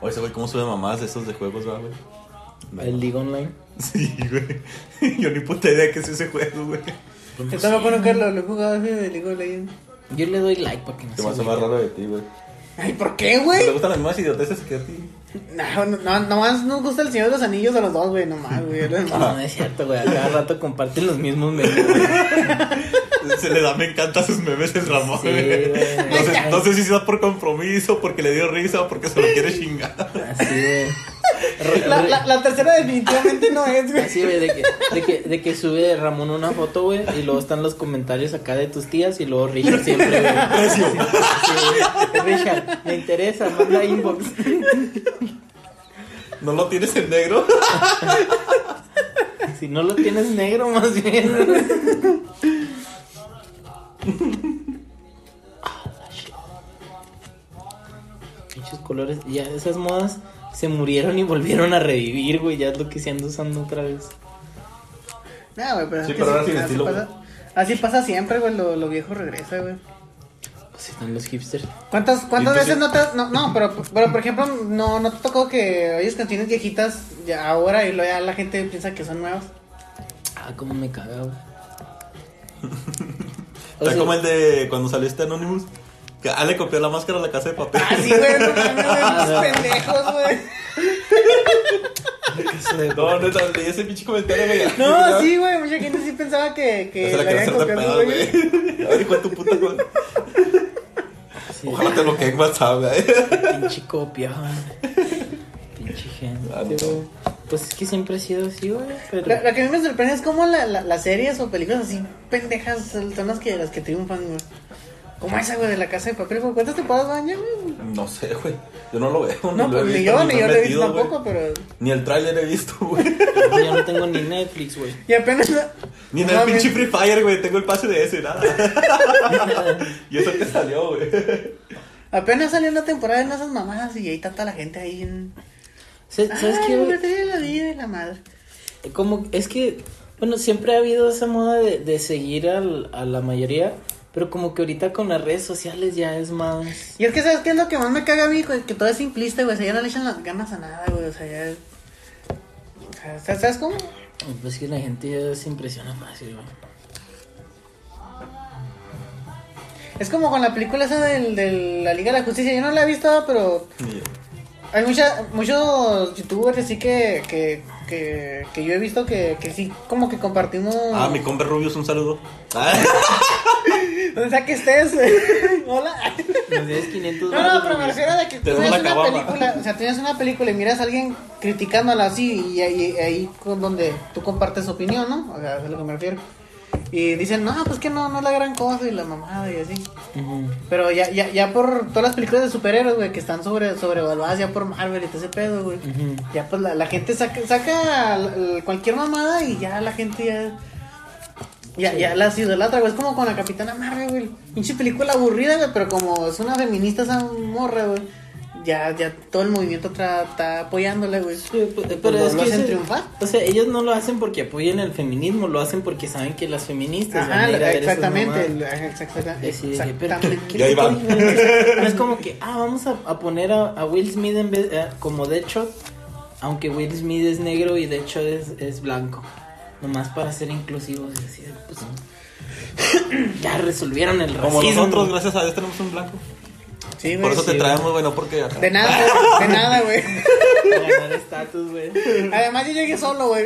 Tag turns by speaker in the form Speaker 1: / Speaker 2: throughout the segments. Speaker 1: Oye, ese güey, ¿cómo sube mamás de esos de juegos, va, güey?
Speaker 2: El League Online.
Speaker 1: Sí, güey. Yo ni puta idea que es ese juego, güey.
Speaker 3: Yo tampoco no Carlos, lo he jugado ese de League of Legends.
Speaker 2: Yo le doy like porque no
Speaker 1: Te
Speaker 2: sé.
Speaker 1: me hace
Speaker 2: güey.
Speaker 1: más raro de ti, güey.
Speaker 3: Ay, ¿por qué,
Speaker 1: ¿Te
Speaker 3: güey?
Speaker 1: gustan las mismas idioteces que a ti?
Speaker 3: No, no, no, nomás nos gusta el Señor de los Anillos a los dos, güey, nomás, güey.
Speaker 2: No, no es cierto, güey. A cada rato comparten los mismos memes. güey.
Speaker 1: Se le da, me encanta sus memes el Ramón,
Speaker 2: Sí,
Speaker 1: güey.
Speaker 2: güey.
Speaker 1: No sé, no sé si sea por compromiso, porque le dio risa o porque se lo quiere chingar.
Speaker 2: Así, güey. Re-
Speaker 3: La,
Speaker 2: re-
Speaker 3: la, la tercera definitivamente no es, güey.
Speaker 2: Así, güey, de que, de, que, de que sube Ramón una foto, güey, y luego están los comentarios acá de tus tías, y luego Richard siempre, güey.
Speaker 1: Precio.
Speaker 2: Sí, güey. Richard, me interesa, manda inbox.
Speaker 1: ¿No lo tienes en negro?
Speaker 2: Si no lo tienes negro, más bien. Muchos colores, ya esas modas se murieron y volvieron a revivir, güey, ya es lo que se anda usando otra vez.
Speaker 3: No, güey, pero es
Speaker 1: Sí,
Speaker 3: que
Speaker 1: pero ahora sin
Speaker 3: así
Speaker 1: estilo,
Speaker 3: pasa, así pasa siempre, güey, lo, lo viejo regresa, güey.
Speaker 2: Pues están los hipsters.
Speaker 3: ¿Cuántas, cuántas
Speaker 1: Y entonces-
Speaker 3: veces no te... No, no pero, pero, por ejemplo, no, no te tocó que oyes canciones viejitas ya ahora y luego ya la gente piensa que son nuevas.
Speaker 2: Ah, cómo me caga, güey. O
Speaker 1: Está
Speaker 2: sea,
Speaker 1: como el de cuando salió este Anonymous. Que ah, le copió la máscara a la casa de papel.
Speaker 3: Así, Ah, güey, no mames, güey, pendejos, güey.
Speaker 1: No, neta, leí ese pinche comentario, güey.
Speaker 3: No, sí, güey, mucha gente sí pensaba que, que
Speaker 1: Se la
Speaker 3: la
Speaker 1: quiero
Speaker 3: habían
Speaker 1: hacer de
Speaker 3: copiado,
Speaker 1: pedo,
Speaker 3: güey.
Speaker 1: güey. A ver, hijo de tu puta, güey.
Speaker 2: sí,
Speaker 1: Ojalá te bloquee en WhatsApp, güey.
Speaker 2: Pinche copia, güey. Pinche gente,
Speaker 1: Ah, no.
Speaker 2: güey. Pues es que siempre ha sido así, güey. Pero...
Speaker 3: Lo, lo que a mí me sorprende es cómo la- la- las series o películas así pendejas son las que, las que triunfan, güey. Como esa, güey, de la casa de papel, güey. ¿Cuántas temporadas van ya, güey?
Speaker 1: No sé, güey. Yo no lo veo.
Speaker 3: No,
Speaker 1: lo he
Speaker 3: pues ni
Speaker 1: visto,
Speaker 3: yo,
Speaker 1: me
Speaker 3: ni yo
Speaker 1: he
Speaker 3: lo he visto
Speaker 1: metido, güey.
Speaker 3: tampoco, pero...
Speaker 1: Ni el tráiler he visto, güey.
Speaker 2: Yo no tengo ni Netflix, güey.
Speaker 3: Y apenas...
Speaker 1: Ni en
Speaker 3: No,
Speaker 1: el pinche
Speaker 3: mames.
Speaker 1: Free Fire, güey. Tengo el pase de ese, nada. y eso que salió, güey.
Speaker 3: Apenas salió la temporada de esas mamadas y ahí tanta la gente ahí en.
Speaker 2: Se- ¿Sabes
Speaker 3: Ay,
Speaker 2: qué,
Speaker 3: me
Speaker 2: güey?
Speaker 3: perdí la vida y la madre.
Speaker 2: Como, es que, bueno, siempre ha habido esa moda de, de seguir al- a la mayoría, pero como que ahorita con las redes sociales ya es más...
Speaker 3: Y es que, ¿sabes qué es lo que más me caga a mí? güey? Que todo es simplista, güey. O sea, ya no le echan las ganas a nada, güey. O sea, ya. o sea, ¿sabes- ¿Sabes cómo?
Speaker 2: Pues que la gente ya se impresiona más, güey.
Speaker 3: Es como con la película esa del, de la Liga de la Justicia. Yo no la he visto, pero
Speaker 1: Ni-
Speaker 3: hay mucha, muchos youtubers así que, que, que, que yo he visto que, que sí, como que compartimos.
Speaker 1: Ah, mi compa Rubius, un saludo. Ah,
Speaker 3: Donde sea que estés. Hola.
Speaker 2: Nos debes 500
Speaker 3: No, no,
Speaker 2: varos,
Speaker 3: pero me
Speaker 2: güey.
Speaker 3: refiero a que tú
Speaker 1: Tenemos
Speaker 3: ves
Speaker 1: la
Speaker 3: una
Speaker 1: caguama.
Speaker 3: película, o sea, tienes una película y miras a alguien criticándola así y ahí, ahí con donde tú compartes opinión, ¿no? O sea, es a lo que me refiero. Y dicen, no, pues que no, no es la gran cosa y la mamada y así.
Speaker 2: Ujú.
Speaker 3: Pero ya, ya, ya por todas las películas de superhéroes, güey, que están sobre, sobrevaluadas ya por Marvel y todo ese pedo, güey.
Speaker 2: Ujú.
Speaker 3: Ya pues la, la gente saca, saca l- l- cualquier mamada y ya la gente ya. Ya, ya las idolatra, güey. Es como con la Capitana Marvel, güey. Pinche película aburrida, güey, pero como es una feminista esa morra, güey. Ya, ya todo el movimiento tra- está apoyándole, güey.
Speaker 2: Sí, pe- Pero
Speaker 3: Cuando
Speaker 2: es
Speaker 3: lo
Speaker 2: que
Speaker 3: hacen
Speaker 2: ese-
Speaker 3: triunfar.
Speaker 2: O sea, ellos no lo hacen porque apoyen el feminismo, lo hacen porque saben que las feministas van
Speaker 3: Ajá,
Speaker 2: a ir a ver esas
Speaker 3: exactamente.
Speaker 2: mamadas.
Speaker 3: el- ajá, exacta-
Speaker 2: Sí, de que, pero
Speaker 3: Exactamente.
Speaker 1: Y ahí va.
Speaker 2: No es- no es como que, ah, vamos a, a poner a, a Will Smith en vez, eh, como Deadshot, aunque Will Smith es negro y Deadshot es, es blanco. Nomás para ser inclusivos y así, de, pues, ya resolvieron el racismo.
Speaker 1: Como nosotros, gracias a Dios, tenemos un blanco.
Speaker 3: Sí, güey.
Speaker 1: Por eso te
Speaker 2: sí,
Speaker 1: traemos, bueno, porque acá.
Speaker 3: De nada, güey, de nada, güey.
Speaker 2: Para ganar estatus, güey.
Speaker 3: Además, yo llegué solo, güey.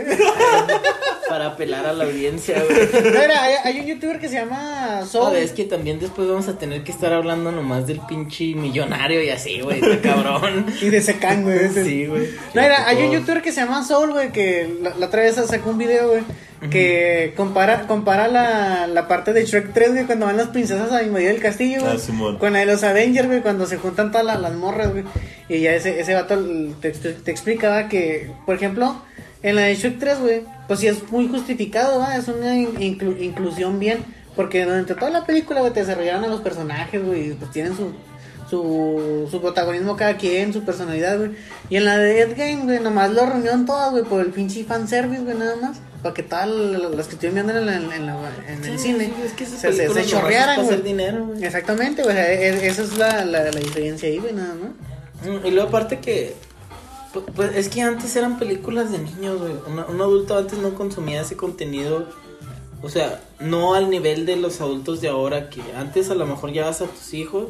Speaker 2: Para apelar a la audiencia, güey.
Speaker 3: Mira, hay, hay un youtuber que se llama
Speaker 2: No,
Speaker 3: Soul.
Speaker 2: este. es que también después vamos a tener que estar hablando nomás del pinche millonario y así, güey, está cabrón.
Speaker 3: Y de Secan, güey. ese.
Speaker 2: Sí, güey.
Speaker 3: No, mira, hay un youtuber que se llama Soul, güey, que la, la otra vez sacó un video, güey, que compara, compara la, la parte de Shrek 3, güey, cuando van las princesas a invadir el castillo, güey,
Speaker 1: Ah, Simón.
Speaker 3: con la de los Avengers, güey, cuando se juntan todas la- las morras, güey, y ya ese, ese vato l- te, te- te explicaba que, por ejemplo, en la de Shrek 3, güey, pues sí es muy justificado, ¿va? es una in- inclu- inclusión bien, porque durante toda la película, güey, te desarrollaron a los personajes, güey, y pues tienen su, su, su protagonismo cada quien, su personalidad, güey. Y en la de Dead Game, güey, nomás lo reunieron todas, güey, por el pinche fanservice, güey, nada más. empaquetada las que estuvieron viendo en, la- en la- en el cine.
Speaker 2: Es que esas
Speaker 3: se, se, se
Speaker 2: películas nomás
Speaker 3: chorrearan,
Speaker 2: es para hacer
Speaker 3: güey.
Speaker 2: dinero, güey.
Speaker 3: Exactamente, güey. o sea, e- e- esa es la, la, la diferencia ahí, güey, nada más.
Speaker 2: Mm, Y luego aparte que... pu- Pues es que antes eran películas de niños, güey. Una- un adulto antes no consumía ese contenido. O sea, no al nivel de los adultos de ahora, que antes a lo mejor ya vas a tus hijos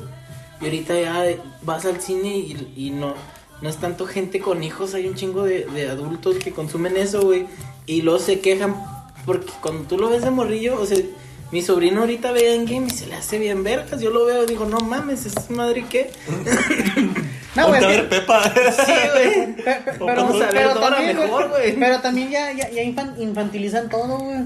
Speaker 2: y ahorita ya de- vas al cine y, y no, no es tanto gente con hijos, hay un chingo de, de adultos que consumen eso, güey. Y luego se quejan porque cuando tú lo ves de morrillo, o sea, mi sobrino ahorita ve en game y se le hace bien vergas. Yo lo veo y digo, no mames, es madre que...
Speaker 3: No,
Speaker 1: Ponte
Speaker 3: güey. es
Speaker 1: a
Speaker 3: que-
Speaker 1: ver Pepa.
Speaker 2: Sí, güey.
Speaker 3: pe- pe-
Speaker 1: O
Speaker 3: Pero,
Speaker 2: vamos a ver
Speaker 3: pero
Speaker 2: Dora
Speaker 3: también, güey,
Speaker 2: mejor, güey.
Speaker 3: pero también ya, ya, ya infan- infantilizan todo, güey.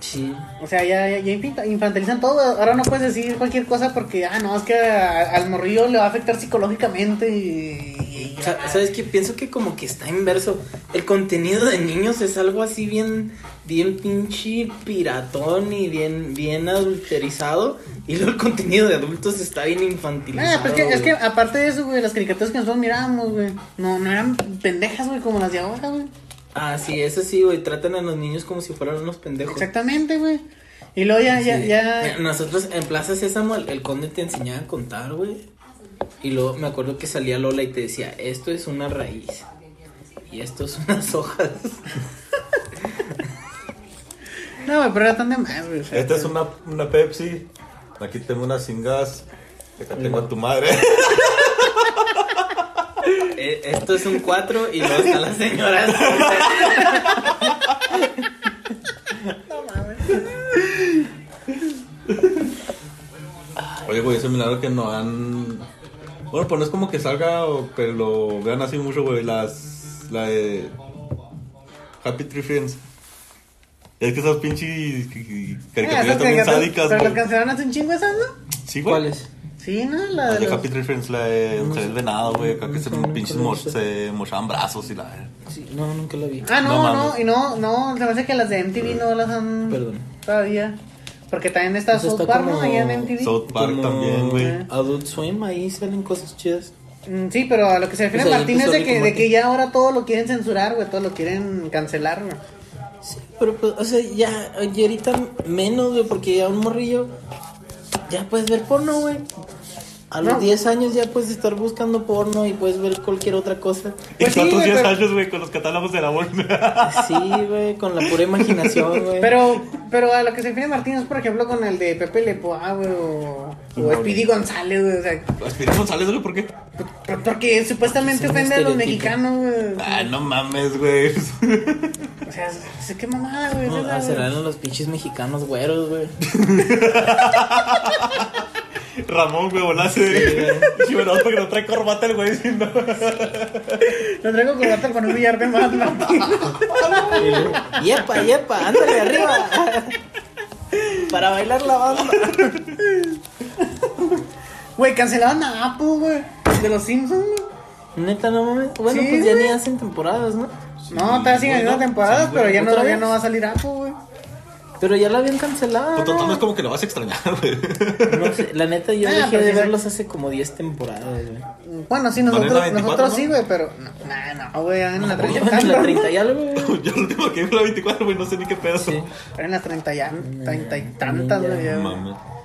Speaker 2: Sí.
Speaker 3: O sea, ya, ya, ya infin- infantilizan todo. güey. Ahora no puedes decir cualquier cosa porque, ah, no, es que a- al morrillo le va a afectar psicológicamente y. y-
Speaker 2: O sea, ¿Sabes qué? Pienso que como que está inverso. El contenido de niños es algo así bien, bien pinche piratón y bien, bien adulterizado. Y luego el contenido de adultos está bien infantilizado.
Speaker 3: Ah, pues que- es que
Speaker 2: güey.
Speaker 3: aparte de eso, güey, las caricaturas que nosotros mirábamos, güey, no, no eran pendejas, güey, como las de ahora, güey.
Speaker 2: Ah, sí, eso sí, güey. Tratan a los niños como si fueran unos pendejos.
Speaker 3: Exactamente, güey. Y luego ya, ya,
Speaker 2: Sí. Mira,
Speaker 3: ya.
Speaker 2: Nosotros en Plaza Sésamo, el, el conde te enseñaba a contar, güey. Y luego me acuerdo que salía Lola y te decía, esto es una raíz. Y esto es unas hojas.
Speaker 3: No, güey, pero era tan de más, güey. o sea,
Speaker 1: Esta es una, una Pepsi. Aquí tengo unas sin gas. Acá tengo a tu madre.
Speaker 2: Eh, esto es un 4 y luego está la señora.
Speaker 1: Oye, güey, ese milagro que no han. Bueno, pues no es como que salga, o- pero lo vean así mucho, güey. Las. La de. Happy Tree Friends. Es que esas pinches
Speaker 3: Eh, esas
Speaker 1: caricaturas también
Speaker 3: caricaturas-
Speaker 1: sádicas,
Speaker 3: Pero las
Speaker 1: güey.
Speaker 3: cancelaron hace un chingo esas, ¿no?
Speaker 1: Sí, güey.
Speaker 2: ¿Cuál es?
Speaker 3: Sí, ¿no? La
Speaker 1: La
Speaker 3: de
Speaker 1: de
Speaker 3: los-
Speaker 1: Happy Tree Friends, la de
Speaker 2: No
Speaker 1: Mujer
Speaker 2: sé.
Speaker 1: del Venado, güey. Acá que se
Speaker 2: No sé,
Speaker 1: pinches
Speaker 2: no
Speaker 1: mo-
Speaker 2: sé.
Speaker 1: se mochaban brazos y la.
Speaker 2: Sí, no, nunca la vi.
Speaker 3: Ah, no,
Speaker 1: No
Speaker 3: no,
Speaker 1: mames.
Speaker 3: y no, no, se me hace que las de MTV no las han.
Speaker 2: Perdón.
Speaker 3: Todavía. Porque también está
Speaker 2: Pues
Speaker 3: South
Speaker 2: está
Speaker 3: Park, ¿no?
Speaker 2: como-
Speaker 3: Ahí en MTV.
Speaker 1: South Park
Speaker 2: Como
Speaker 1: también, güey.
Speaker 2: Adult Swim, ahí salen cosas chidas.
Speaker 3: Mm, Sí, pero a lo que se refiere
Speaker 2: Pues ahí
Speaker 3: Martín es
Speaker 2: empezó
Speaker 3: de
Speaker 2: el
Speaker 3: que, de
Speaker 2: combate.
Speaker 3: que ya ahora todo lo quieren censurar, güey, todo lo quieren cancelar, güey.
Speaker 2: Sí, pero pues, o sea, ya, y ahorita menos, güey, porque ya un morrillo, ya puedes ver porno, güey. A los
Speaker 3: No.
Speaker 2: 10 años ya puedes estar buscando porno y puedes ver cualquier otra cosa.
Speaker 1: Y
Speaker 3: Pues sí,
Speaker 1: nosotros
Speaker 3: güey,
Speaker 1: 10
Speaker 3: pero-
Speaker 1: años, güey, con los catálogos de la bolsa.
Speaker 2: Sí, güey, con la pura imaginación, güey.
Speaker 3: Pero, pero a lo que se refiere Martín es, por ejemplo, con el de Pepe Lepoa, güey, o, o
Speaker 1: No,
Speaker 3: Speedy González, güey, o sea,
Speaker 1: Aspiré González, güey, ¿por qué?
Speaker 3: por- porque supuestamente
Speaker 2: Es un
Speaker 3: ofende a los
Speaker 2: estereotipo.
Speaker 3: mexicanos, güey.
Speaker 1: Ah, no mames, güey.
Speaker 3: O sea, sé qué mamada, güey.
Speaker 2: No,
Speaker 3: es pues, esa,
Speaker 2: ah,
Speaker 3: güey?
Speaker 2: serán los pinches mexicanos güeros, güey.
Speaker 1: Ramón, güey,
Speaker 2: Sí,
Speaker 1: volase. Sí, bueno, porque no trae corbata el güey. sino-
Speaker 3: Lo traigo con gato con un billar de más, Martín.
Speaker 2: Yepa, yepa, ándale arriba. Para bailar la banda.
Speaker 3: Güey, cancelaban a Apu, güey, de los Simpsons, güey.
Speaker 2: Neta, no mames. Bueno,
Speaker 3: Sí,
Speaker 2: pues ya
Speaker 3: güey.
Speaker 2: ni hacen temporadas, ¿no?
Speaker 3: No, todavía siguen haciendo
Speaker 1: bueno,
Speaker 3: temporadas,
Speaker 1: sí,
Speaker 3: pero
Speaker 1: güey.
Speaker 3: ya no,
Speaker 2: ¿Otra
Speaker 3: ya
Speaker 2: vez?
Speaker 3: no va a salir Apu, güey.
Speaker 2: Pero ya la habían cancelado.
Speaker 1: Pues total, no es como que lo vas a extrañar, güey.
Speaker 2: No sé, la neta, yo
Speaker 3: Ah,
Speaker 2: dejé
Speaker 3: pero
Speaker 2: de
Speaker 3: sí,
Speaker 2: verlos hace como 10 temporadas, güey.
Speaker 3: Bueno, sí,
Speaker 1: Ponen la
Speaker 3: nosotros,
Speaker 1: 24,
Speaker 3: nosotros
Speaker 1: ¿no?
Speaker 3: sí, güey, pero. No, nah, no, güey, hagan la
Speaker 2: Oye,
Speaker 3: 30
Speaker 2: van en
Speaker 3: tanto,
Speaker 2: la
Speaker 3: ¿no?
Speaker 2: 30 y algo, güey.
Speaker 1: Yo lo tengo que ver la 24, güey, no sé ni qué pedo.
Speaker 2: Sí.
Speaker 3: Eran las 30 ya, 30 y tantas, güey. ya, güey.
Speaker 1: Mames.